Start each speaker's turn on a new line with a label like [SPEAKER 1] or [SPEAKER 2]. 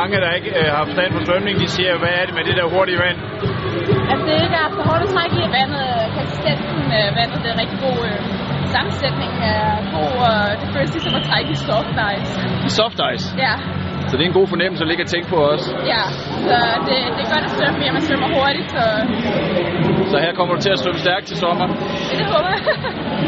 [SPEAKER 1] Mange, der ikke øh, har forstand på svømning, de siger, hvad er det med det der hurtige vand?
[SPEAKER 2] Altså det, der er for hårdt at trække i vandet, øh, konsistensen af vandet, det er rigtig god. Øh, sammensætningen er god, og det føles ligesom at trække i soft ice.
[SPEAKER 3] Soft ice.
[SPEAKER 2] Ja,
[SPEAKER 3] Så det er en god fornemmelse at ligge og tænke på os.
[SPEAKER 2] ja. Så det, det er godt at svømme, fordi man svømmer hurtigt, så
[SPEAKER 3] Så her kommer du til at svømme stærkt til sommer.
[SPEAKER 2] det håber jeg.